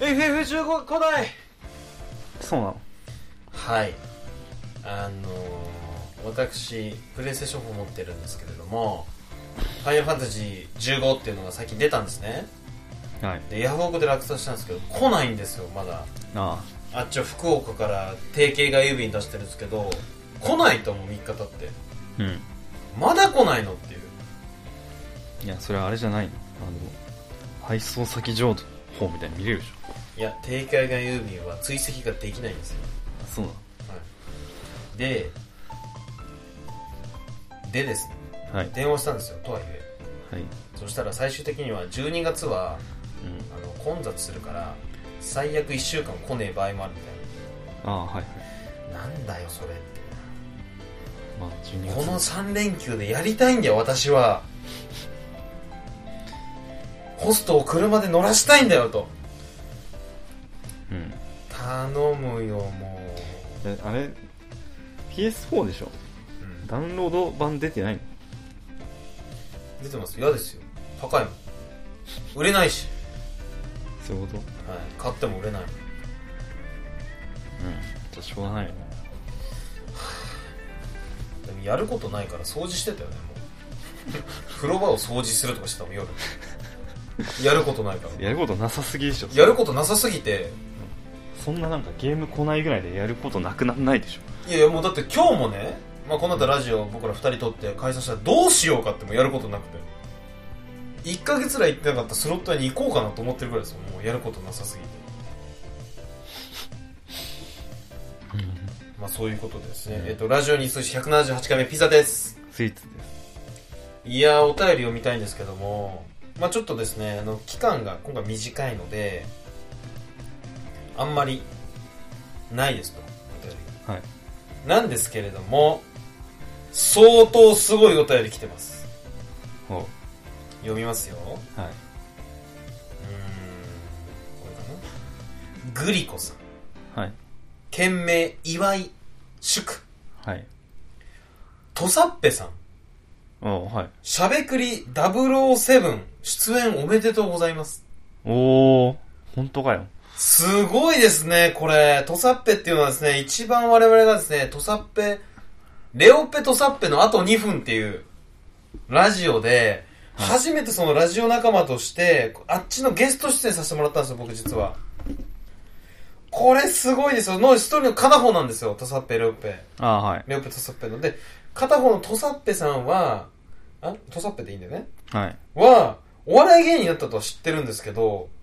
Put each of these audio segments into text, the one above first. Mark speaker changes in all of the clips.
Speaker 1: FF15 古代
Speaker 2: そうなの
Speaker 1: はいあのー、私プレイステーション4持ってるんですけれども「ファイナルファンタジー15」っていうのが最近出たんですね
Speaker 2: はい
Speaker 1: でヤフオクで落札したんですけど来ないんですよまだ
Speaker 2: あ
Speaker 1: あっちは福岡から定型が郵便出してるんですけど来ないともう3日経って
Speaker 2: あうん
Speaker 1: まだ来ないのっていう
Speaker 2: いやそれはあれじゃないのあの配送先情報みたいに見れるでしょ
Speaker 1: いや定型が郵便は追跡ができないんですよ
Speaker 2: そうな
Speaker 1: はい、ででですね
Speaker 2: のはい
Speaker 1: 電話したんですよとはいえ
Speaker 2: はい
Speaker 1: そしたら最終的には12月は
Speaker 2: うん
Speaker 1: あの混雑するから最悪1週間来ねえ場合もあるみ
Speaker 2: ああはいはい
Speaker 1: たいななんだよそれって
Speaker 2: まあ12
Speaker 1: こ
Speaker 2: 月
Speaker 1: の3連休でやりたいんだよ私はホストを車で乗らしたいんだよと
Speaker 2: うん
Speaker 1: 頼むよも
Speaker 2: えあれ PS4 でしょ
Speaker 1: う、うん
Speaker 2: ダウンロード版出てないの
Speaker 1: 出てます嫌ですよ高いもん売れないし、
Speaker 2: そういうこと
Speaker 1: はい、買っても売れないもん
Speaker 2: うんじゃあしょうがないよね
Speaker 1: でもやることないから掃除してたよねもう 風呂場を掃除するとかしてたもん夜やることないから
Speaker 2: やることなさすぎでしょ
Speaker 1: やることなさすぎて
Speaker 2: そんななんかゲーム来ないぐらいでやることなくなんないでしょ
Speaker 1: いやいやもうだって今日もね、まあ、この後ラジオ僕ら2人撮って解散したらどうしようかってもやることなくて1ヶ月ぐらい行ってなかったスロット屋に行こうかなと思ってるぐらいですもんもうやることなさすぎてまあそういうことですね、えっとラジオに通じ178回目ピザです
Speaker 2: スイーツです
Speaker 1: いやーお便り読みたいんですけども、まあ、ちょっとですねあの期間が今回短いのであんまりないですとお便
Speaker 2: はい
Speaker 1: りなんですけれども相当すごいお便り来てます
Speaker 2: おう
Speaker 1: 読みますようーんこ
Speaker 2: は
Speaker 1: れ
Speaker 2: い
Speaker 1: かなグリコさん
Speaker 2: はい
Speaker 1: 件名祝い祝
Speaker 2: はい
Speaker 1: とさっぺさん
Speaker 2: おうはい
Speaker 1: しゃべくり007出演おめでとうございます
Speaker 2: おお本当かよ
Speaker 1: すごいですね、これ。トサッペっていうのはですね、一番我々がですね、トサッペ、レオペトサッペのあと2分っていう、ラジオで、
Speaker 2: はい
Speaker 1: 初めてそのラジオ仲間として、あっちのゲスト出演させてもらったんですよ、僕実は。これすごいですよ。の一人の片方なんですよ、トサッペ、レオペ。
Speaker 2: ああはい
Speaker 1: レオペトサッペの。で、片方のトサッペさんは、あトサッペでいいんだよね。
Speaker 2: はい
Speaker 1: は、お笑い芸人だったとは知ってるんですけど、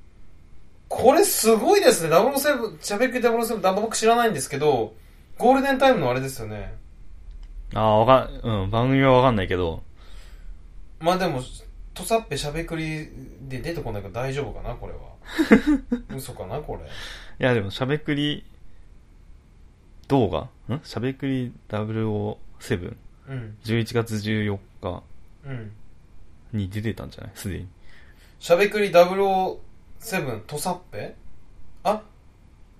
Speaker 1: これすごいですね。007、しゃべくり007、ダンバ僕知らないんですけど、ゴールデンタイムのあれですよね。
Speaker 2: ああわかんうん番組はわかんないけど
Speaker 1: まあでも、とさっぺしゃべくりで出てこないから大丈夫かな、これは。嘘かな、これ。
Speaker 2: いやでもしゃべくり動画んしゃべくり00711
Speaker 1: うん、
Speaker 2: 月14日
Speaker 1: うん。
Speaker 2: に出てたんじゃないすでに
Speaker 1: しゃべくり007、とさっぺあ、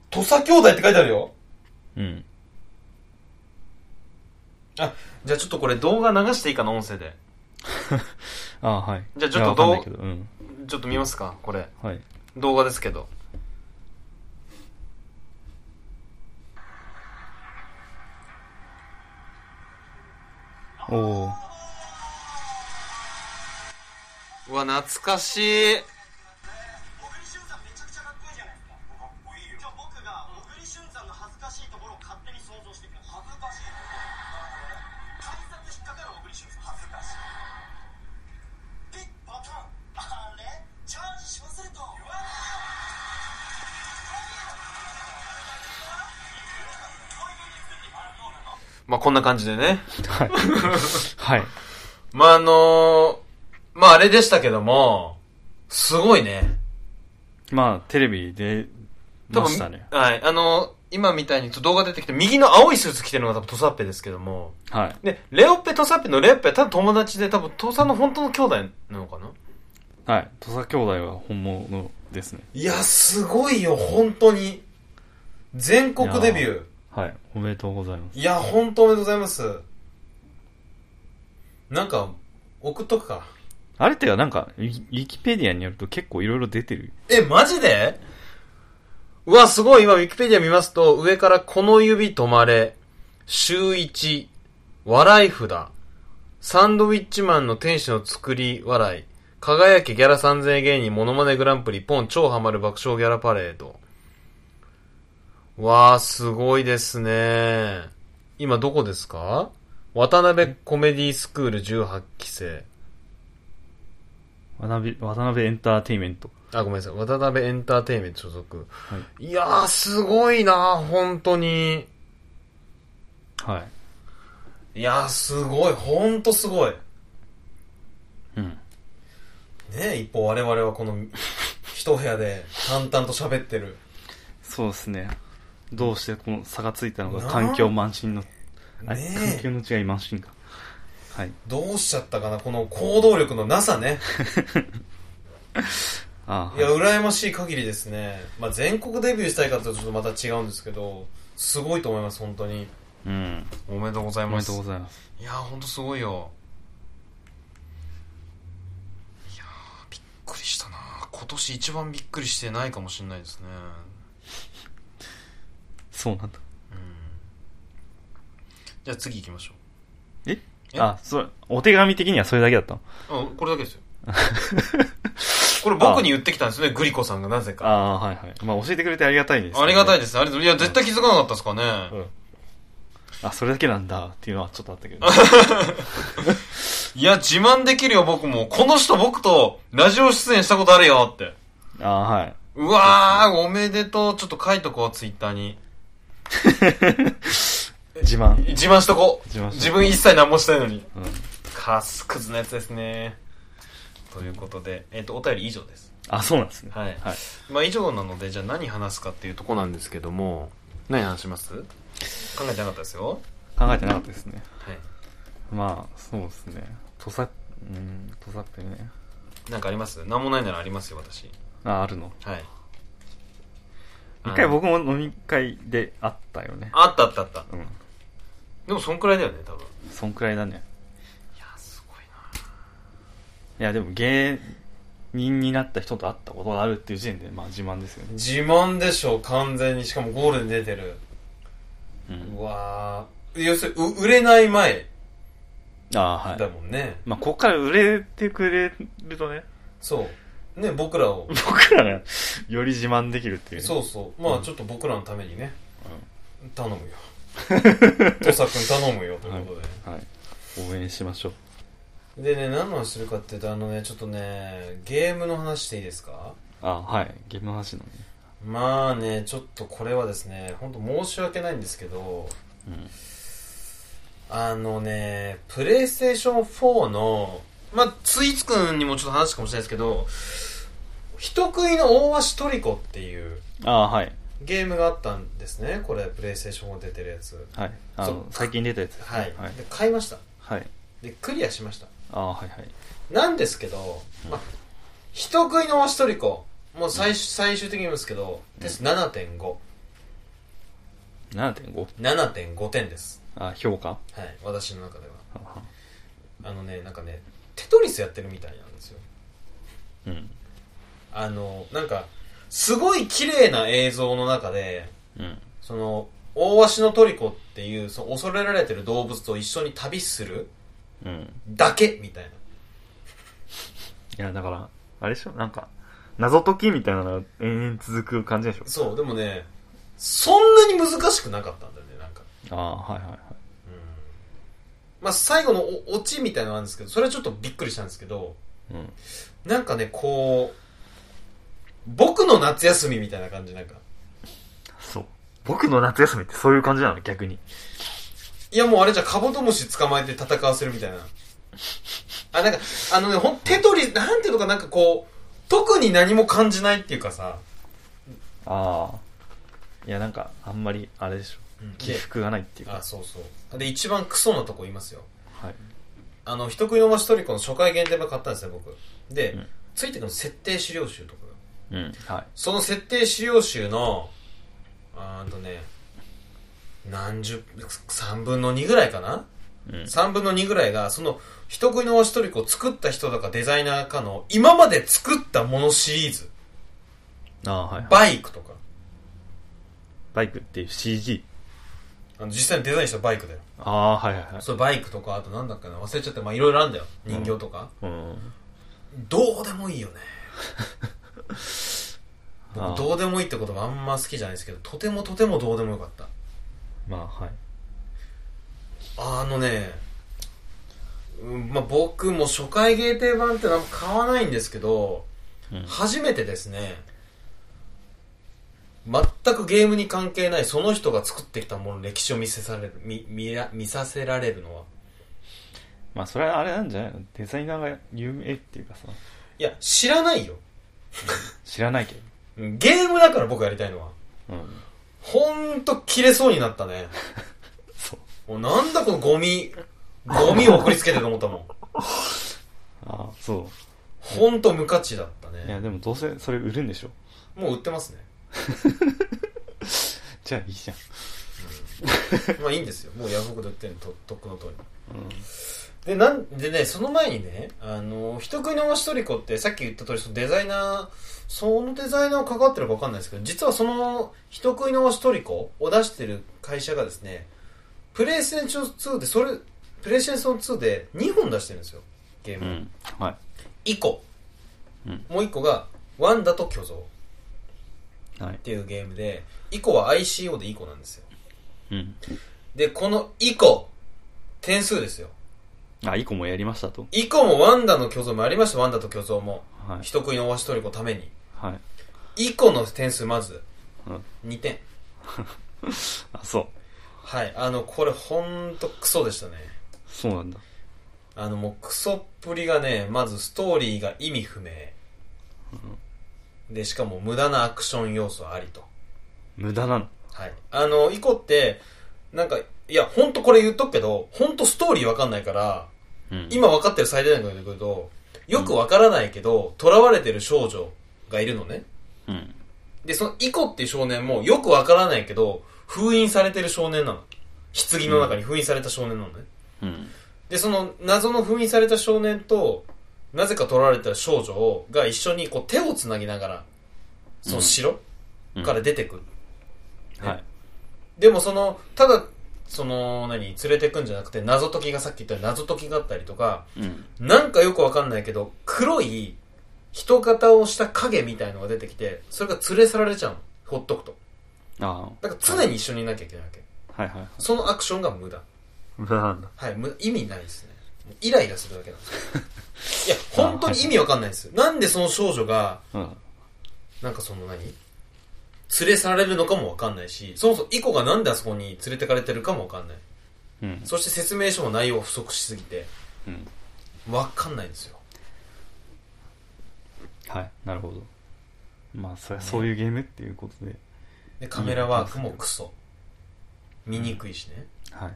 Speaker 1: とさ兄弟って書いてあるよ。
Speaker 2: うん
Speaker 1: あ、じゃあちょっとこれ動画流していいかな、音声で。
Speaker 2: ああはい
Speaker 1: じゃあちょっ
Speaker 2: いや
Speaker 1: と
Speaker 2: わかんないけどうん
Speaker 1: ちょっと見ますか、これ。
Speaker 2: はい
Speaker 1: 動画ですけど。
Speaker 2: おおー
Speaker 1: うわ、懐かしい。
Speaker 3: 小栗旬さんめちゃくちゃかっこいいじゃないですかかっこいいよじゃあ僕が小栗旬さんの恥ずかしいところを勝手に想像してください恥ずかしい改札引っかかる小栗旬さん恥ずかしいピッパタンあれチャージし忘れた言わない
Speaker 1: まあ、こんな感じでね。
Speaker 2: はいはい
Speaker 1: まあ、あのーまあ、あれでしたけども、すごいね。
Speaker 2: まあテレビ出ましたね
Speaker 1: はい。あのー今みたいに動画出てきて、右の青いスーツ着てるのが多分トサッペですけども。
Speaker 2: はい
Speaker 1: で、レオッペ、トサッペのレオッペは多分友達で、多分トサの本当の兄弟なのかな
Speaker 2: はい土佐兄弟は本物ですね
Speaker 1: いや、すごいよ、本当に。全国デビュー。
Speaker 2: はいおめでとうございます
Speaker 1: いや、本当おめでとうございます。なんか、送っとくか。
Speaker 2: あれってかなんかウィウィキペディアによると結構いろいろ出てる
Speaker 1: え、マジで
Speaker 4: うわ、すごい今、ウィキペディア見ますと、上からこの指止まれ、週一、笑い札、サンドウィッチマンの天使の作り笑い、輝きギャラ三千芸人モノマネグランプリポン超ハマる爆笑ギャラパレード。わあ、すごいですね。今どこですか渡辺コメディスクール18期生。
Speaker 2: 渡辺、渡辺エンターテイメント。
Speaker 4: あ、ごめんなさい。渡辺エンターテイメント所属。、
Speaker 2: はい
Speaker 4: やー、すごいな本当に。
Speaker 2: はい。
Speaker 1: いやー、すごい。ほんとすごい。ね
Speaker 2: うん。
Speaker 1: え、一方我々はこの一部屋で淡々と喋ってる。
Speaker 2: そうですね。どうしてこの差がついたのか、環境満身の、あれ、
Speaker 1: ね
Speaker 2: 環境
Speaker 1: え、
Speaker 2: の違い満身か。はい。
Speaker 1: どうしちゃったかな、この行動力のなさね。
Speaker 2: あ
Speaker 1: い
Speaker 2: あ、
Speaker 1: や、
Speaker 2: はい
Speaker 1: 羨ましい限りですね。まあ、全国デビューしたい方とちょっとまた違うんですけど、すごいと思います、本当に。
Speaker 2: うん。
Speaker 1: おめでとうござい
Speaker 2: おめでとうございます。
Speaker 1: いやー、ほんとすごいよ。いやー、びっくりしたな今年一番びっくりしてないかもしれないですね。
Speaker 2: そうなんだ。
Speaker 1: じゃあ次行きましょ
Speaker 2: え
Speaker 1: え
Speaker 2: あ、それ、お手紙的にはそれだけだったの
Speaker 1: う。あ、これだ けですよ。これ僕に言ってきたんですね、グリコさんがなぜ
Speaker 2: あ
Speaker 1: か。
Speaker 2: あ、はいはい。まあ、教えてくれてありがたいです、
Speaker 1: ありがたい
Speaker 2: す。
Speaker 1: ですね。ありがとういや、絶対気づかなかったですかね。
Speaker 2: あ、それだけなんだっていうのはちょっとあったけど。
Speaker 1: いや、自慢できるよ、僕も。この人僕とラジオ出演したことあるよって。
Speaker 2: ああ、はい。
Speaker 1: うわー、おめでとう。ちょっと書いとこう、ツイッターに。
Speaker 2: 自慢。
Speaker 1: 自慢しとこう。
Speaker 2: 自慢しとこう
Speaker 1: 自分一切何もしたいのに。
Speaker 2: うん。
Speaker 1: カスクズのやつですね。ということで、えっ、と、お便り以上です。
Speaker 2: あ、そうなんですね。
Speaker 1: はい
Speaker 2: はい。
Speaker 1: まあ以上なので、じゃあ何話すかっていうとこなんですけども、何話します考えてなかったですよ。
Speaker 2: 考えてなかったですね。
Speaker 1: はい。
Speaker 2: まあ、そうですね。とさ、うん、とさってね。
Speaker 1: なんかあります何もないならありますよ、私。
Speaker 2: あ、あるの。
Speaker 1: はい。
Speaker 2: 一回
Speaker 1: あの
Speaker 2: 僕も飲み会で会ったよね。
Speaker 1: あったあったあった。
Speaker 2: うん。
Speaker 1: でもそんくらいだよね、多分。い
Speaker 2: そんくらいだね。
Speaker 1: や、すごいな。
Speaker 2: いや、でも芸人になった人と会ったことがあるっていう時点で、まあ自慢ですよね。
Speaker 1: 自慢でしょ、完全に。しかもゴールで出てる。
Speaker 2: うん。
Speaker 1: うわー。要するに、う売れない前
Speaker 2: ああ、はい。
Speaker 1: だもんね。
Speaker 2: まあ、こっから売れてくれるとね、
Speaker 1: そう。ね、僕らを。
Speaker 2: 僕らが より自慢できるっていうね。
Speaker 1: そうそう。まあ、ちょっと僕らのためにね。頼むよ。土佐くん頼むよ、ということで。
Speaker 2: はい。応援しましょう。
Speaker 1: でね、何の話するかっていうと、あのね、ちょっとね、ゲームの話していいですか
Speaker 2: ああ、はい。ゲームの話なのね。
Speaker 1: まあね、ちょっとこれはですね、ほんと申し訳ないんですけど、
Speaker 2: うん。
Speaker 1: あのね、プレイステーション4の、まあ、ツイーツくんにもちょっと話すかもしれないですけど、人食いの大足トリコっていう
Speaker 2: ああ、はい。
Speaker 1: ゲームがあったんですね、これ、プレイステーション4出てるやつ。
Speaker 2: はい。あ
Speaker 1: そう
Speaker 2: の、最近出たやつですね。
Speaker 1: はい。
Speaker 2: はい
Speaker 1: で。、買いました。
Speaker 2: はい。
Speaker 1: で、クリアしました。
Speaker 2: ああ、はいはい。
Speaker 1: なんですけど、まあ、人食いのワシトリコ、もう最,、最終的に言いますけど、テスト7.5。
Speaker 2: 7.5?
Speaker 1: 7.5点です。
Speaker 2: あ、評価
Speaker 1: はい、私の中では。
Speaker 2: は
Speaker 1: あのね、なんかね、テトリスやってるみたいなんですよ。
Speaker 2: うん。
Speaker 1: あの、なんか、すごい綺麗な映像の中で、
Speaker 2: うん。
Speaker 1: その、大ワシのトリコっていう、その恐れられてる動物と一緒に旅する
Speaker 2: うん。い
Speaker 1: だけみたいな。
Speaker 2: や、だから、あれでしょなんか、謎解きみたいなのが延々続く感じでしょ
Speaker 1: そう、でもね、そんなに難しくなかったんだよね、なんか。
Speaker 2: ああ、はいはいはい。
Speaker 1: まあ、最後のおオチみたいなのなんですけど、それはちょっとびっくりしたんですけど、
Speaker 2: うん。
Speaker 1: なんかね、こう、僕の夏休みみたいな感じ、なんか。
Speaker 2: そう。僕の夏休みってそういう感じなの逆に。
Speaker 1: いや、もうあれじゃカブトムシ捕まえて戦わせるみたいな。あ、なんか、あのね、ほん、テトリ、なんていうのかなんかこう、特に何も感じないっていうかさ、
Speaker 2: ああ。いや、なんか、あんまり、あれでしょ。起
Speaker 1: で、
Speaker 2: 伏がないっていう
Speaker 1: あ、
Speaker 2: か。
Speaker 1: そうそう。で、一番クソなとこ言いますよ。
Speaker 2: はい。
Speaker 1: あの、人食いのマシトリコの初回限定版買ったんですね、僕。で、
Speaker 2: うん
Speaker 1: ついてくるの設定資料集とかが。
Speaker 2: うん。はい。
Speaker 1: その設定資料集の、あーんとね、何十、三分の二ぐらいかな
Speaker 2: うん。
Speaker 1: 三分の二ぐらいが、その、人食いのワシトリコを作った人だかデザイナーかの、今まで作ったものシリーズ。
Speaker 2: ああ、はいはい。
Speaker 1: バイクとか、
Speaker 2: バイクっていう CG。
Speaker 1: あの実際にデザインしたバイクだよ
Speaker 2: ああー、はいはいはい。
Speaker 1: そうバイクとかあとなんだっけな忘れちゃってまあいろいろあるんだよ人形とか、
Speaker 2: うん。
Speaker 1: どうでもいい よね
Speaker 2: あー
Speaker 1: 僕どうでもいいって言葉あんま好きじゃないですけどとてもとてもどうでもよかった
Speaker 2: まあ、はい。
Speaker 1: あのね、うんまあ、僕も初回限定版ってなんか買わないんですけど、
Speaker 2: うん
Speaker 1: 初めてですね全くゲームに関係ないその人が作ってきたものの歴史を見せされる見見ら見させられるのは
Speaker 2: まあ、それはあれなんじゃないのデザイナーが有名っていうかさ、
Speaker 1: いや知らないよ
Speaker 2: 知らないけ
Speaker 1: うんゲームだから僕やりたいのは
Speaker 2: ど。うん。
Speaker 1: ほんと切れそうになったね
Speaker 2: そう。
Speaker 1: もうなんだこのゴミゴミを送りつけてると思ったもん
Speaker 2: ああ、そ
Speaker 1: ほんと無価値だった
Speaker 2: う。いや、
Speaker 1: ね
Speaker 2: でもどうせそれ売るんでしょ。
Speaker 1: もう売ってますね
Speaker 2: じゃあいいじゃ ん。
Speaker 1: まあいいんですよ。もうヤフオクで売ってるのと、とっくの通り。で、
Speaker 2: うん。
Speaker 1: なん、でね、その前にね、あの、人食いのオシトリコって、さっき言った通り、そのデザイナー、そのデザイナー関わってるかわかんないですけど、実はその、人食いのオシトリコを出してる会社がですね、プレイステーション2で、それ、プレイステーション2で2本出してるんですよ。ゲー
Speaker 2: う
Speaker 1: ム。
Speaker 2: ん。はい。
Speaker 1: 1個。
Speaker 2: うん
Speaker 1: もう1個が、ワンダと巨像っ
Speaker 2: はい。
Speaker 1: ていうゲームで、イコは ICO でイコなんですよ。
Speaker 2: うん。
Speaker 1: で、このイコ、点数ですよ。
Speaker 2: あ、イコもやりましたと。
Speaker 1: イコもワンダの巨像もありました、ワンダと巨像も。
Speaker 2: はい。
Speaker 1: 人食いのオワシトリコのために。
Speaker 2: はい。
Speaker 1: イコの点数まず、
Speaker 2: うん。
Speaker 1: 2点。
Speaker 2: あ、そう。
Speaker 1: はい、あの、これほんとクソでしたね。
Speaker 2: そうなんだ。
Speaker 1: あの、もうクソっぷりがね、まずストーリーが意味不明。で、しかも無駄なアクション要素ありと。
Speaker 2: 無駄なの。
Speaker 1: はい。あの、イコって、なんか、いや、ほんとこれ言っとくけど、ほんとストーリーわかんないから、
Speaker 2: うん。
Speaker 1: 今分かってる最大限のことで言うと、よくわからないけど、囚われてる少女がいるのね。
Speaker 2: うん。
Speaker 1: で、そのイコっていう少年もよくわからないけど、封印されてる少年なの。棺の中に封印された少年なのね。
Speaker 2: うん。
Speaker 1: で、その謎の封印された少年と、なぜか取られた少女が一緒にこう手を繋ぎながら、その城
Speaker 2: うん
Speaker 1: から出てくる。
Speaker 2: はい。
Speaker 1: でもその、ただ、その、何、連れてくんじゃなくて、謎解きがさっき言ったように謎解きがあったりとか、
Speaker 2: うん。
Speaker 1: なんかよくわかんないけど、黒い人型をした影みたいのが出てきて、それが連れ去られちゃうの。ほっとくと。
Speaker 2: あ
Speaker 1: だから常に一緒にいなきゃいけないわけ。
Speaker 2: あ。はいはい。
Speaker 1: そのアクションが無駄。
Speaker 2: 無駄なんだ。
Speaker 1: はい、無意味ないですね。イライラするだけなんですよ。いや、本当に意味わかんないです。なんでその少女が、
Speaker 2: うん。
Speaker 1: なんかその何連れ去られるのかもわかんないし、そもそもイコがなんであそこに連れてかれてるかもわかんない。
Speaker 2: うん。
Speaker 1: そして説明書も内容が不足しすぎて、
Speaker 2: うん。
Speaker 1: わかんないんですよ。
Speaker 2: はい。なるほど。まあ、そりゃそういうゲームっていうことで。
Speaker 1: で、カメラワークもクソ。見にくいしね。
Speaker 2: はい。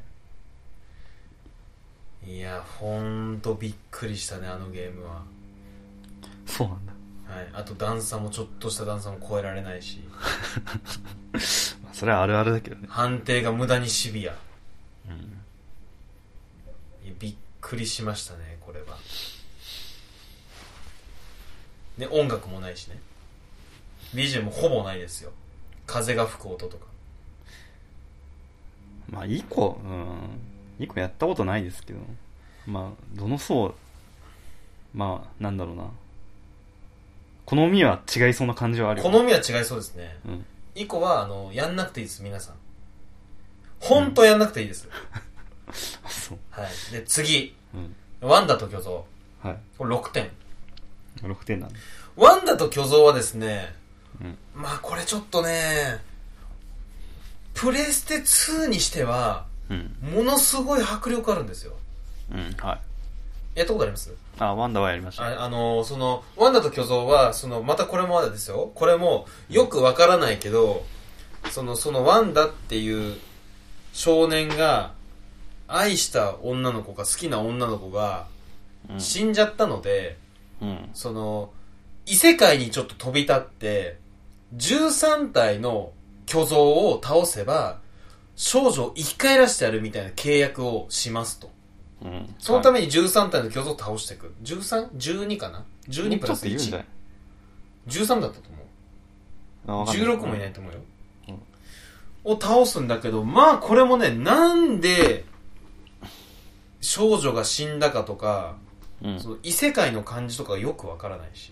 Speaker 1: いや、ほんとびっくりしたね、あのゲームは。
Speaker 2: そうなんだ。
Speaker 1: はい。あと段差もちょっとした段差も超えられないし。
Speaker 2: まあ、それはあるあるだけどね。
Speaker 1: 判定が無駄にシビア
Speaker 2: うん。
Speaker 1: いやびっくりしましたねこれはで音楽もないしね BGM もほぼないですよ風が吹く音とか
Speaker 2: まあ、イコ、うん。イコやったことないですけど。まあ、どの層、まあ、なんだろうな。好みは違いそうな感じはあるよね
Speaker 1: 好みは違いそうですね
Speaker 2: うん。
Speaker 1: 以降はあのやんなくていいです皆さん本当やんなくていいです、
Speaker 2: あそう。
Speaker 1: はいで次
Speaker 2: うん。
Speaker 1: ワンダと巨像
Speaker 2: はい。
Speaker 1: これ6点
Speaker 2: 6点なんだ。
Speaker 1: ワンダと巨像はですね
Speaker 2: うん。
Speaker 1: まあこれちょっとねプレステ2にしては
Speaker 2: うん。
Speaker 1: ものすごい迫力あるんですよ
Speaker 2: うん。はい。
Speaker 1: やったことあります
Speaker 2: あ、ワンダはやりました。
Speaker 1: ああのーその、ワンダと巨像は、その、またこれもまだですよ。これも、よくわからないけど、その、そのワンダっていう少年が、愛した女の子か好きな女の子が
Speaker 2: うん
Speaker 1: 死んじゃったので、
Speaker 2: うん。
Speaker 1: その、異世界にちょっと飛び立って、13体の巨像を倒せば、少女を生き返らしてやるみたいな契約をしますと。
Speaker 2: うん。
Speaker 1: そのた
Speaker 2: め
Speaker 1: めに13体の巨像を倒していく。13?12 かな ?12 プラス
Speaker 2: ちょっと言うんじゃな
Speaker 1: 1
Speaker 2: い。
Speaker 1: 13だったと思う。
Speaker 2: あわかんない
Speaker 1: 16もいないと思うよ。
Speaker 2: うん
Speaker 1: を倒すんだけど、まあこれもね、なんで、少女が死んだかとか、
Speaker 2: うん
Speaker 1: その異世界の感じとかがよくわからないし、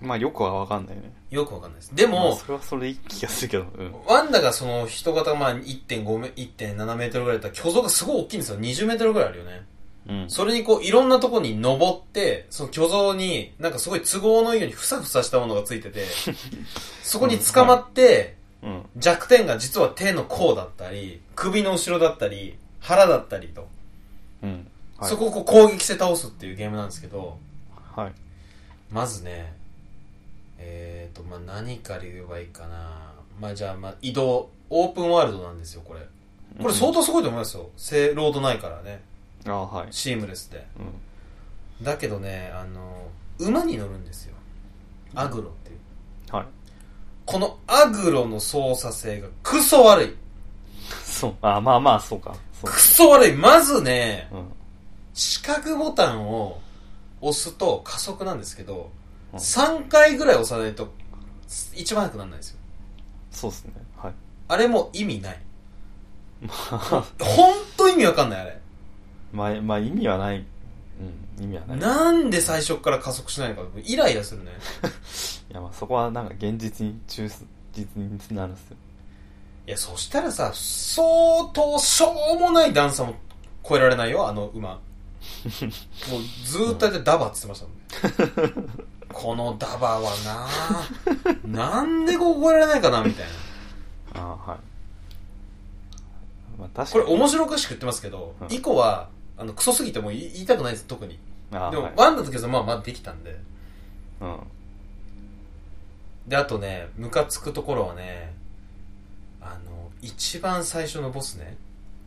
Speaker 2: まあよくは分かんないね
Speaker 1: よくわかんないです。で
Speaker 2: まあ
Speaker 1: も、
Speaker 2: それはそれでいい気がするけどうん
Speaker 1: ワンダがその人型まあ1.5メ、1.7メートルぐらいだったら巨像がすごい大きいんですよ。20メートルぐらいあるよね。
Speaker 2: うん
Speaker 1: それにこういろんなとこに登って、その巨像になんかすごい都合のいいようにふさふさしたものがついて て、そこに捕まって、
Speaker 2: うん
Speaker 1: 弱点が実は手の甲だったり、首の後ろだったり、腹だったりと、
Speaker 2: うんはい
Speaker 1: そこをこう攻撃して倒すっていうゲームなんですけど、
Speaker 2: はい
Speaker 1: まずね、えーと、まあ、何から言えばいいかな。まあ、じゃあ、まあ、移動、オープンワールドなんですよ、これ。これ相当すごいと思いますよ。せロードないからね。
Speaker 2: ああはい
Speaker 1: シームレスで。
Speaker 2: うん
Speaker 1: だけどね、あの、馬に乗るんですよ。アグロっていう。
Speaker 2: はい
Speaker 1: このアグロの操作性がクソ悪い。
Speaker 2: そうあまあまあそうかそう
Speaker 1: クソ悪い。まずね、
Speaker 2: うん
Speaker 1: 四角ボタンを押すと加速なんですけど、
Speaker 2: うん
Speaker 1: 3回ぐらい押さないと一番速くならないんですよ。
Speaker 2: そうっすねはい
Speaker 1: あれもう意味ない。
Speaker 2: まあ
Speaker 1: ほんと意味わかんない、あれ。
Speaker 2: まあ、まあ、意味はない。うん、意味はない。い
Speaker 1: なんで最初から加速しないのか、イライラするね。
Speaker 2: や、まあ、そこはなんか現実に忠実になるんですよ。
Speaker 1: いや、そしたらさ、相当しょうもない段差も超えられないよ、あの 馬。もうずーっとやってダバっつってましたもんね。 このダバはなあなんでこう超えられないかな、みたいな。
Speaker 2: ああ、はい。まあ、確
Speaker 1: こ
Speaker 2: か
Speaker 1: れ
Speaker 2: に。
Speaker 1: 面白おかしく言ってますけど、
Speaker 2: うん
Speaker 1: 以降は、あの、クソすぎてもう言い言いたくないです、特に。
Speaker 2: ああ、
Speaker 1: でも、
Speaker 2: はい、
Speaker 1: ワンダとケさん、まあまあできたんで。
Speaker 2: うん。
Speaker 1: で、あとね、ムカつくところはね、あの、一番最初のボスね、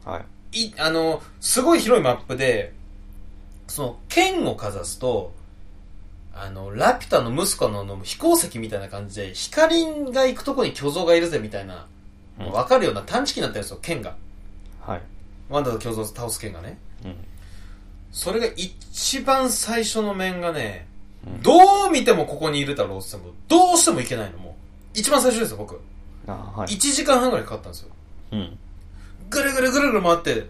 Speaker 2: はい。
Speaker 1: い、あの、すごい広いマップで、その、剣をかざすと、あの、ラピュタの息子の飛行石みたいな感じで、光が行くとこに巨像がいるぜみたいな、
Speaker 2: うん
Speaker 1: わかるような探知機になってるんですよ、剣が。
Speaker 2: はい。
Speaker 1: ワンダと巨像を倒す剣がね。
Speaker 2: うん。
Speaker 1: それが一番最初の面がね、
Speaker 2: うん
Speaker 1: どう見てもここにいるだろうって言っても、どうしてもいけないの、もう。一番最初ですよ、僕。
Speaker 2: ああ、はい
Speaker 1: 1。時間半ぐらいかかったんですよ。
Speaker 2: うん。
Speaker 1: ぐるぐるぐるぐる回って、
Speaker 2: うん。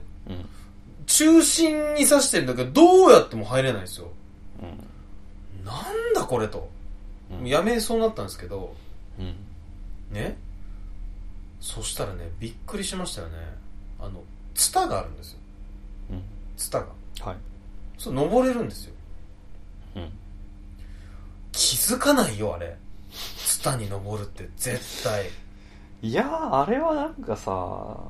Speaker 1: 中心に刺してるんだけど、どうやっても入れないんですよ。
Speaker 2: うん。
Speaker 1: なんだこれと。
Speaker 2: うん
Speaker 1: もうやめそうになったんですけど、
Speaker 2: うん。
Speaker 1: ね。そしたらね、びっくりしましたよね。あの、ツタがあるんですよ。
Speaker 2: うん。
Speaker 1: ツタが。
Speaker 2: はい。
Speaker 1: そう、登れるんですよ。
Speaker 2: うん。
Speaker 1: 気づかないよ、あれ。ツタに登るって、絶対。
Speaker 2: いやー、あれはなんかさ、道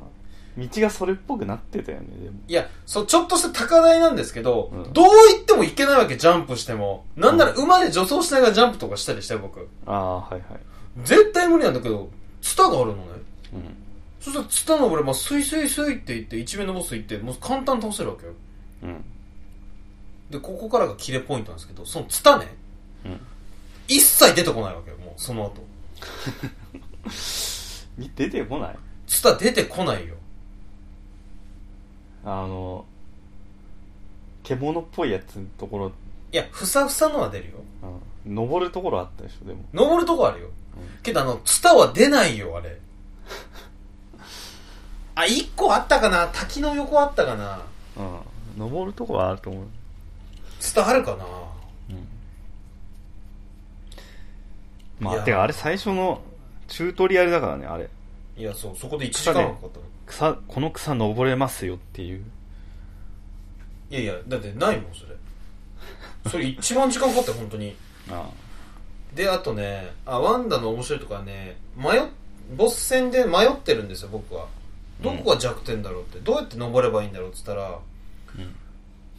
Speaker 2: がそれっぽくなってたよね、でも。
Speaker 1: いや、そう、ちょっとした高台なんですけど、
Speaker 2: うん
Speaker 1: どう言ってもいけないわけ、ジャンプしても。なんなら馬で助走しながらジャンプとかしたりして、僕。
Speaker 2: ああ、はいはい。
Speaker 1: 絶対無理なんだけど、ツタがあるのね。
Speaker 2: うん。
Speaker 1: そしたらツタ登れば、スイスイスイって言って、一面のボス行って、もう簡単に倒せるわけよ。
Speaker 2: うん。
Speaker 1: で、ここからがキレポイントなんですけど、そのツタね、
Speaker 2: うん
Speaker 1: 一切出てこないわけよ、もう、その後。
Speaker 2: み出てこない
Speaker 1: ツタ出てこないよ。
Speaker 2: あの、獣っぽいやつのところ、
Speaker 1: いや、ふさふさのは出るよ。
Speaker 2: うん。登るところあったでしょ、でも。
Speaker 1: 登るとこあるよ。
Speaker 2: うん
Speaker 1: けどあの、ツタは出ないよ、あれ。あ、一個あったかな滝の横あったかな
Speaker 2: うん。登るとこはあると思う。
Speaker 1: ツタあるかな
Speaker 2: うん。ま
Speaker 1: い
Speaker 2: あ、
Speaker 1: や
Speaker 2: てかあれ最初のチュートリアルだからね、あれ。
Speaker 1: いや、そう、そこで1時間かかったの。
Speaker 2: 草、この草登れますよっていう。
Speaker 1: いやいや、だってないもん、それ。それ一番時間かかったよ、本当に。
Speaker 2: あ
Speaker 1: で、あとね、あ、ワンダの面白いとこはね、迷っ、ボス戦で迷ってるんですよ、僕は。どこが弱点だろうって、どうやって登ればいいんだろうって言ったら、
Speaker 2: うん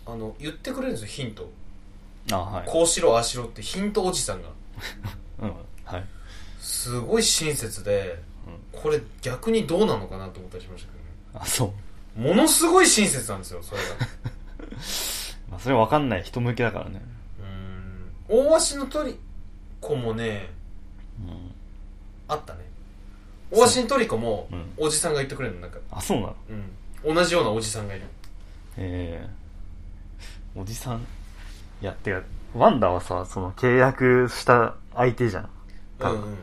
Speaker 1: あの、言ってくれるんですよ、ヒント。
Speaker 2: あ。ああ、はい。
Speaker 1: こうしろ、ああしろってヒントおじさんが。
Speaker 2: うん。はい。
Speaker 1: すごい親切で、これ逆にどうなのかなと思ったりしましたけ
Speaker 2: あ、そう。
Speaker 1: どねものすごい親切なんですよそれが
Speaker 2: まあ、それわかんない人向けだからね。
Speaker 1: うーん大足のトリコもね
Speaker 2: うん。
Speaker 1: あったね大足のトリコも
Speaker 2: そううん
Speaker 1: おじさんが言ってくれるのなんか、
Speaker 2: あ、そうなの
Speaker 1: うん、同じようなおじさんがいる
Speaker 2: ええおじさんいや、てか、ワンダはさ、その契約した相手じゃん。
Speaker 1: う
Speaker 2: 多
Speaker 1: ん、う
Speaker 2: 分
Speaker 1: ん、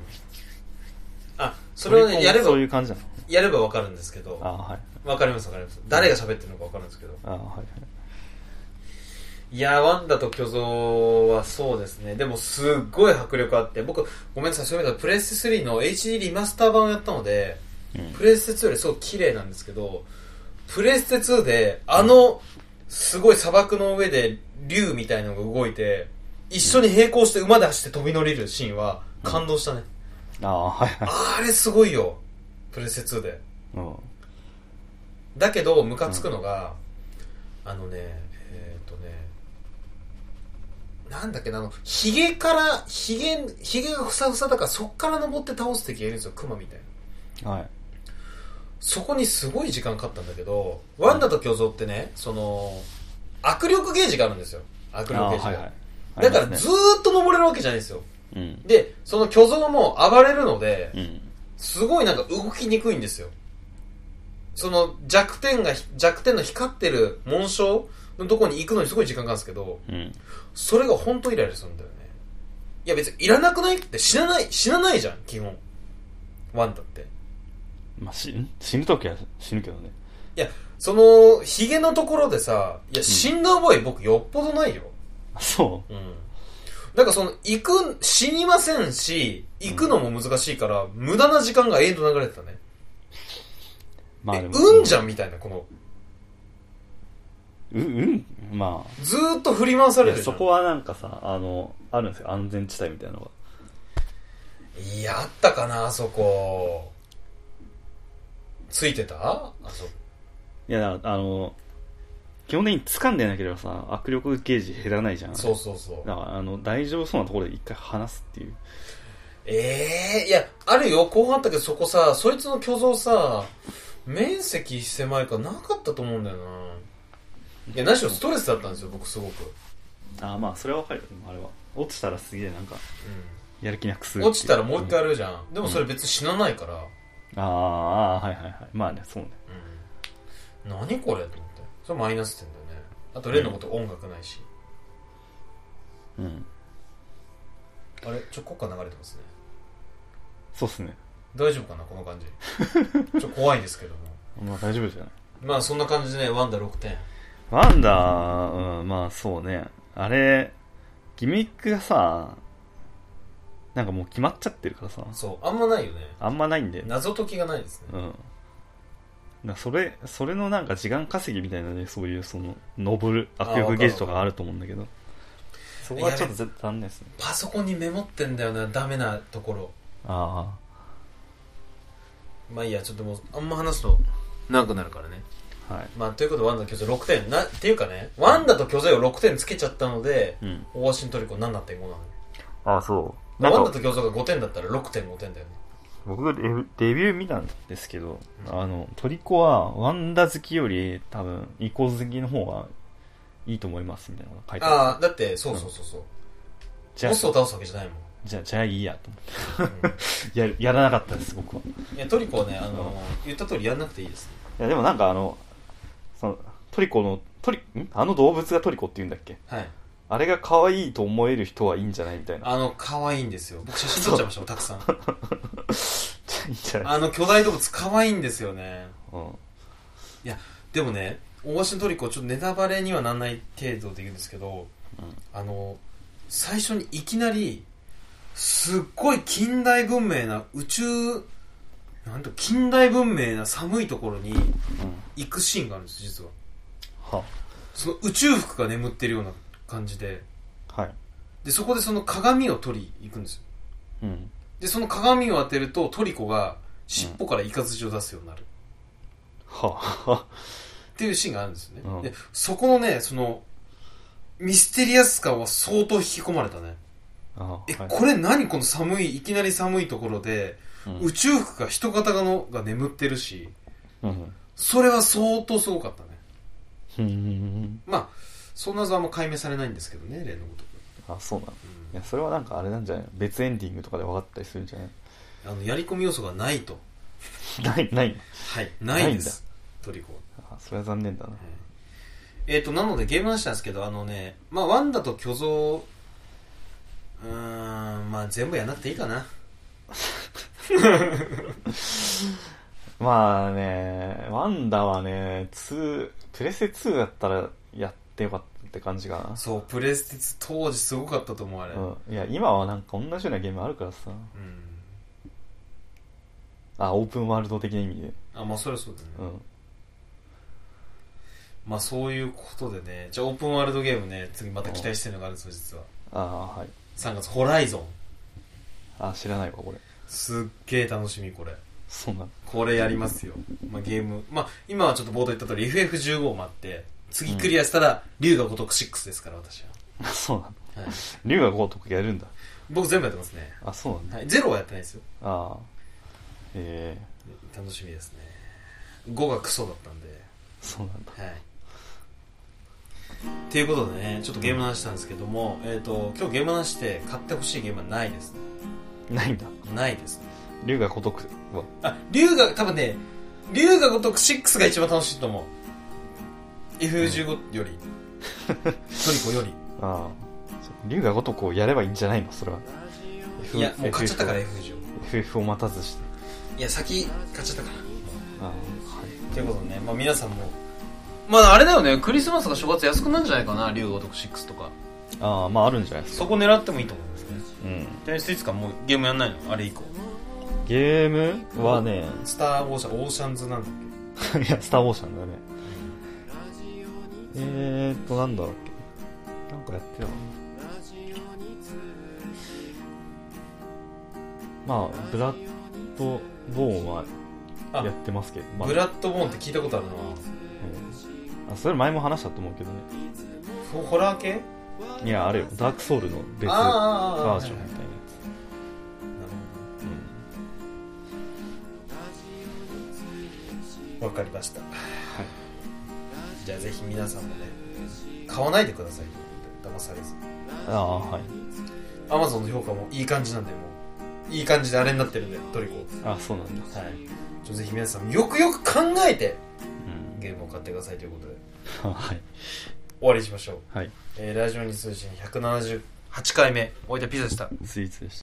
Speaker 1: あそれを
Speaker 2: トリ
Speaker 1: ね
Speaker 2: コも
Speaker 1: やれば
Speaker 2: そういう感じなの
Speaker 1: やればわかるんですけど、
Speaker 2: あはい
Speaker 1: わかりますわかります。誰が喋ってるのかわかるんですけど。
Speaker 2: あはい
Speaker 1: いやー、ワンダと巨像はそうですね。でも、すっごい迫力あって、僕、ごめんなさい、そういう意味ではプレステ3の HD リマスター版をやったので、
Speaker 2: うん
Speaker 1: プレステ2よりすごい綺麗なんですけど、プレステ2で、あの、すごい砂漠の上で、竜みたいなのが動いて、一緒に並行して馬で走って飛び乗りるシーンは、感動したね。
Speaker 2: あはいはい
Speaker 1: あれすごいよ。プレステ2で。
Speaker 2: うん
Speaker 1: だけどムカつくのが、あのねえーっ、とねなんだっけなあのヒゲからヒゲヒゲがふさふさだからそっから登って倒す敵がいるんですよクマみたいな
Speaker 2: はい
Speaker 1: そこにすごい時間かかったんだけどワンダと巨像ってねその握力ゲージがあるんですよ握力
Speaker 2: あ
Speaker 1: ゲージが、
Speaker 2: はいはい
Speaker 1: だからず
Speaker 2: っ
Speaker 1: ーっと登れるわけじゃないんですよ
Speaker 2: うん
Speaker 1: でその巨像も暴れるので
Speaker 2: うん
Speaker 1: すごいなんか動きにくいんですよ。その弱点が、弱点の光ってる紋章のとこに行くのにすごい時間がかかるんですけど、
Speaker 2: うん
Speaker 1: それが本当イライラするんだよね。いや別にいらなくないって死なない、死なないじゃん、基本。ワンダって。
Speaker 2: まあ死ぬ死ぬ時は死ぬけどね
Speaker 1: いや、その、ヒゲのところでさ、いや死んだ覚え僕よっぽどないよ。
Speaker 2: あそ
Speaker 1: うん。だからその、行く、死にませんし、行くのも難しいから、無駄な時間が永遠と流れてたね。
Speaker 2: うまあ
Speaker 1: え
Speaker 2: でも
Speaker 1: うんじゃんみたいな、この、
Speaker 2: うんうんまあ
Speaker 1: ずーっと振り回さ
Speaker 2: い
Speaker 1: れ
Speaker 2: や
Speaker 1: るじゃ
Speaker 2: そ
Speaker 1: ん
Speaker 2: こはなんかさあのあるんですよ安全地帯みたいなのが
Speaker 1: いやあったかなあそこついてたあそこ
Speaker 2: いやだからあの基本的に掴んでなければさ握力ゲージ減らないじゃん
Speaker 1: そうそうそう
Speaker 2: だからあの大丈夫そうなところで一回離すっていう
Speaker 1: ええいやあるよ後半あったけどそこさそいつの巨像さ面積狭いからなかったと思うんだよないや何しろストレスだったんですよ僕すごく、
Speaker 2: ああまあそれはわかるよでもあれは落ちたらすげえなんか
Speaker 1: う
Speaker 2: やる気なくす
Speaker 1: ん、落ちたらもう一回や
Speaker 2: る
Speaker 1: るじゃん、でもそれ別に死なないから、
Speaker 2: あああーはいはいはいまあねそうね
Speaker 1: うん、何これと思ってそれマイナス点だよねあと例のこと音楽ないし、
Speaker 2: うん
Speaker 1: あれちょ国歌流れてますね
Speaker 2: そうっすね
Speaker 1: 大丈夫かなこの感じちょっと怖いですけども
Speaker 2: まあ大丈夫じゃない
Speaker 1: まあそんな感じでねワンダ6点
Speaker 2: ワンダー、うん、まあそうね。あれ、ギミックがさ、なんかもう決まっちゃってるからさ、
Speaker 1: そうあんまないよね
Speaker 2: あんまないんで。
Speaker 1: 謎解きがないですね
Speaker 2: うん。なそれ、それのなんか時間稼ぎみたいなね、そういうその、登る、握力ゲージとかあると思うんだけど。そこはちょっと絶対残念ですね。
Speaker 1: パソコンにメモってんだよなダメなところ
Speaker 2: あ
Speaker 1: まあいいやちょっともうあんま話すと長くなるからね
Speaker 2: あ、はい。
Speaker 1: まあということでワンダと巨像6点なっていうかねワンダと巨像を6点つけちゃったので
Speaker 2: うん。
Speaker 1: オアシントリコ7.5なのね
Speaker 2: ああ、そう。な
Speaker 1: ワンダ
Speaker 2: ん
Speaker 1: と
Speaker 2: か、
Speaker 1: 巨像が5点だったら6.5点だよね
Speaker 2: 僕レビュー、レビュー見たんですけど、あの、トリコはワンダ好きより多分、イコ好きの方がいいと思いますみたいなのが書いて
Speaker 1: ああだってそうそうそうそう
Speaker 2: じゃあ
Speaker 1: ボスを倒すわけじゃないもん
Speaker 2: じゃあ、じゃあいいやと思っ
Speaker 1: うん
Speaker 2: て。やる、やらなかったです、僕は。い
Speaker 1: いやトリコはねあの言った通りやんなくていいです
Speaker 2: や、でもなんかあの、その、トリコの、トリ、んあの動物がトリコって言うんだっけ
Speaker 1: はい
Speaker 2: あれが可愛いと思える人はいいんじゃないみたいな。
Speaker 1: あの可愛いんですよ僕写真撮っちゃいましたもんたくさん
Speaker 2: じゃあいいんじゃない
Speaker 1: あの巨大動物可愛いんですよね。
Speaker 2: うん。
Speaker 1: でもね、大橋のトリコ、ちょっとネタバレにはなんない程度で言うんですけど、
Speaker 2: うん
Speaker 1: あの、最初にいきなり、すっごい近代文明な宇宙、なんと近代文明な寒いところに
Speaker 2: うん。
Speaker 1: 行くシーンがあるんです、実は。
Speaker 2: は、
Speaker 1: その宇宙服が眠ってるような感じで、
Speaker 2: はい。
Speaker 1: で、そこでその鏡を取りに行くんですよ。
Speaker 2: うん。
Speaker 1: で、その鏡を当てるとトリコが尻尾からイカズチを出すようになる。
Speaker 2: は、は、
Speaker 1: っていうシーンがあるんですよね、
Speaker 2: うん
Speaker 1: でそこのねそのミステリアス感は相当引き込まれたね
Speaker 2: あ
Speaker 1: え、
Speaker 2: はい
Speaker 1: これ何この寒いいきなり寒いところで、
Speaker 2: うん
Speaker 1: 宇宙服が人型がのが眠ってるし
Speaker 2: うん。
Speaker 1: それは相当すごかったね
Speaker 2: うん。
Speaker 1: まあそんな謎はあんま解明されないんですけどね例のごとく、
Speaker 2: あ、そうなの。いや、それはなんかあれなんじゃない別エンディングとかで分かったりするんじゃない
Speaker 1: うんあのやり込み要素がないと
Speaker 2: ない、 ない。
Speaker 1: はいないですトリコは
Speaker 2: あ、それは残念だな。
Speaker 1: えっ、と、なのでゲームの話なんですけど、あのね、まあ、ワンダと巨像、うーん、まあ、全部やんなくていいかな。
Speaker 2: まあね、ワンダはね、2、プレステ2だったらやってよかったって感じか
Speaker 1: そうプレステ2当時すごかったと思うあれ
Speaker 2: な。うん。いや、今はなんか同じようなゲームあるからさ。
Speaker 1: うん
Speaker 2: あ、オープンワールド的な意味で。
Speaker 1: あまあそれはそうだね、
Speaker 2: うん。
Speaker 1: まあそういうことでねじゃあオープンワールドゲームね次また期待してるのがあるんですよ実は
Speaker 2: あーはい。
Speaker 1: 3月ホライゾン
Speaker 2: あ、知らないわ、これ。
Speaker 1: すっげえ楽しみこれ
Speaker 2: そうなの。
Speaker 1: これやりますよ、まあ、ゲームまあ今はちょっと冒頭言った通り FF15 もあって次クリアしたら龍が如く6ですから私
Speaker 2: そうなの。
Speaker 1: は、はい、
Speaker 2: 竜が如くやるんだ。
Speaker 1: 僕全部やってますね、
Speaker 2: あ、そうなんだ。
Speaker 1: はい、ゼロはやってないですよ
Speaker 2: ああ。ええ
Speaker 1: 楽しみですね5がクソだったんで
Speaker 2: そうなんだ。
Speaker 1: はいっていうことでねちょっとゲームの話したんですけども、えー、と今日ゲームの話して買ってほしいゲームはないですね
Speaker 2: ないんだ。
Speaker 1: ないですね
Speaker 2: 竜が如くは。
Speaker 1: あ龍が多分ね龍が如く6が一番楽しいと思う F15 より、ト リコより
Speaker 2: ああ。竜が如くをやればいいんじゃないのそれは。F-
Speaker 1: いやもう買っちゃったから
Speaker 2: FF
Speaker 1: F15
Speaker 2: FF を待たずして。
Speaker 1: いや先買っちゃったから
Speaker 2: ああ。はい。
Speaker 1: ということでね、まあ、皆さんも
Speaker 4: まああれだよね、クリスマスが正月安くなるんじゃないかな、竜如く6とか。
Speaker 2: ああ、まああるんじゃないですか。
Speaker 1: そこ狙ってもいいと思いますね
Speaker 2: うん。
Speaker 1: ちなみにスイーツかもうゲームやんないのあれ以降
Speaker 2: ゲームはね、
Speaker 1: スター・オーシャンオーシャンズなんだっ
Speaker 2: いや、スター・オーシャンだね。えーっと、なんだろうっけ。なんかやってたなまあ、ブラッド・ボーンは
Speaker 1: あ
Speaker 2: やってますけど、
Speaker 1: け
Speaker 2: まあ、
Speaker 1: ブラッドボーンって聞いたことあるな
Speaker 2: うんあそれ前も話したと思うけどね。
Speaker 1: ホホラー系
Speaker 2: いや、あれよ、ダークソウルの別バ
Speaker 1: あ
Speaker 2: ージョンみたいなやつ。
Speaker 1: わかりました、じゃあぜひ皆さんもね買わないでください騙されず
Speaker 2: うん、ああ、はい。
Speaker 1: アマゾンの評価もいい感じなんでもういい感じであれになってるんでトリコ
Speaker 2: あそうなんだ。
Speaker 1: はいちょっとぜひ皆さんよくよく考えて
Speaker 2: うん。
Speaker 1: ゲームを買ってくださいということで
Speaker 2: はい。
Speaker 1: 終わりにしましょう、
Speaker 2: はい。
Speaker 1: えーラジオに通信178回目終えたピザでした
Speaker 2: スイーツでした。